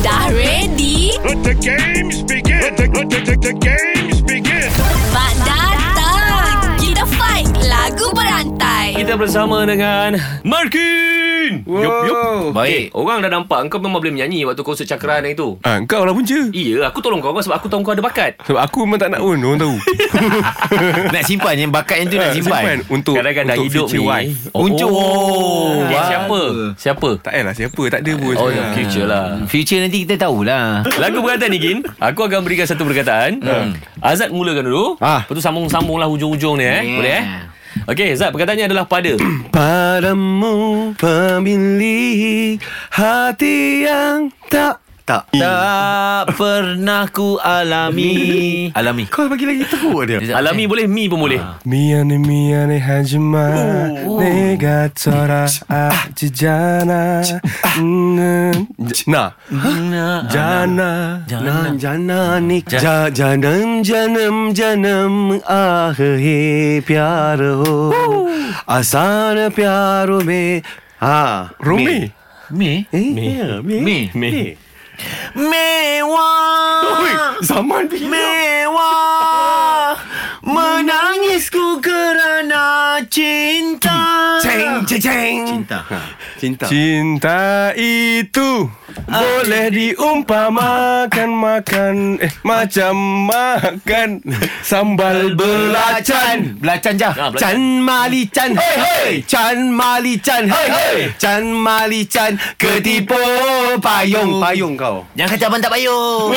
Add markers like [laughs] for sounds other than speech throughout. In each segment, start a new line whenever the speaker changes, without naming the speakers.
Dah ready?
Let the games begin. Let the, let the, the, the games begin.
Mak datang! Kita fight lagu berantai.
Kita bersama dengan Markin Yup yup Baik Orang dah nampak Engkau memang boleh menyanyi Waktu konsert cakra hari tu
Ha, kau lah punca
Iya aku tolong kau kau Sebab aku tahu kau ada bakat
Sebab aku memang tak nak pun Orang tahu [laughs]
Nak simpan Yang bakat yang tu nak
Ha,
simpan,
Untuk
Kadang-kadang
untuk
hidup
future
ni
wife
Oh, Untuk oh,
Okay, Siapa Siapa
Tak payahlah siapa Tak ada pun Ah.
Oh
sekarang.
yang future lah
Future nanti kita tahulah
Lagu perkataan ni Gin Aku akan berikan satu perkataan Azad mulakan dulu
Ah.
Lepas tu sambung-sambung lah Hujung-hujung ni eh
Yeah.
Boleh eh Okey Azad perkataannya adalah pada
Padamu pemilik hati yang tak
Tak Tak pernah ku alami Alami
Kau bagi lagi teruk dia
Alami boleh Mi pun boleh
미안해 미안해 하지마 내가 ah, 돌아아지잖아 음, 나 아, 자나 난 자나니 자 자남 자남 자남 아흐히 뼈로 아사르 뼈로 메아 로미 예,
Me
메메
Me. Mewah
zaman
Mewah Menangisku kerana cinta
Ceng, ceng, ceng.
Cinta Cinta
Cinta itu
Ah.
boleh diumpamakan makan eh macam makan sambal belacan.
Belacan je
Ah, belacan.
Can Mali Can Hey hey Can Mali Can Hey hey Can Mali Can Ketipu Payung
Payung kau.
Jangan kata abang tak payung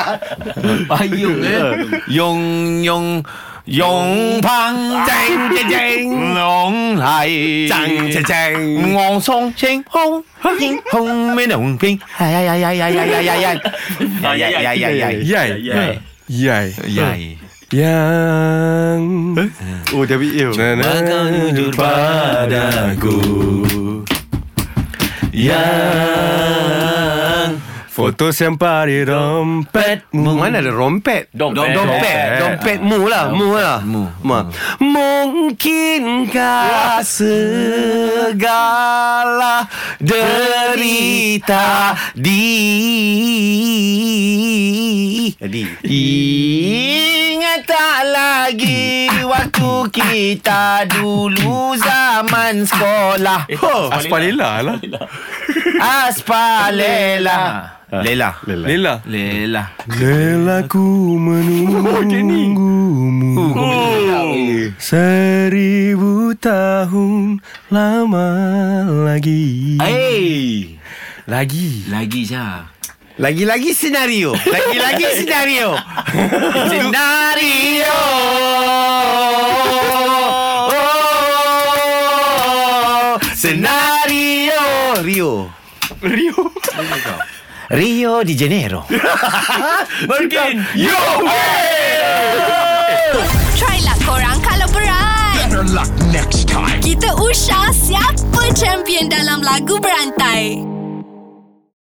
[laughs] Payung eh Yong Yong Yong Pang Ceng Ceng Ceng Long Hai Cang Ceng Ceng Ngong Song Ceng Hong Ying Hong Men Hong Ping Hai Hai Hai Hai Hai Hai Hai Hai Hai Hai Hai Hai Hai
Yai. Yai.
Hai
Yang
Oh David Yo Maka jujur padaku
Yang Foto sempari rompetmu Mana ada rompet?
Dompet.
Dom- dompet.
Eh, Dompet mu lah Mu lah
Mu.
Ma. Mungkinkah segala derita
di Jadi Ingat tak lagi Waktu kita dulu Zaman sekolah
Oh, Aspar Lela lah
Aspalela Lela
Lela
Lela
Lela ku Oh, menunggumu Seribu tahun lama lagi
Hey
Lagi
Lagi Syah lagi-lagi senario Lagi-lagi senario Senario Senario Rio
Rio
Rio di Janeiro
Markin
Yo
Try lah korang kalau berat.
Better luck next time.
Kita usah siapa champion dalam lagu berantai.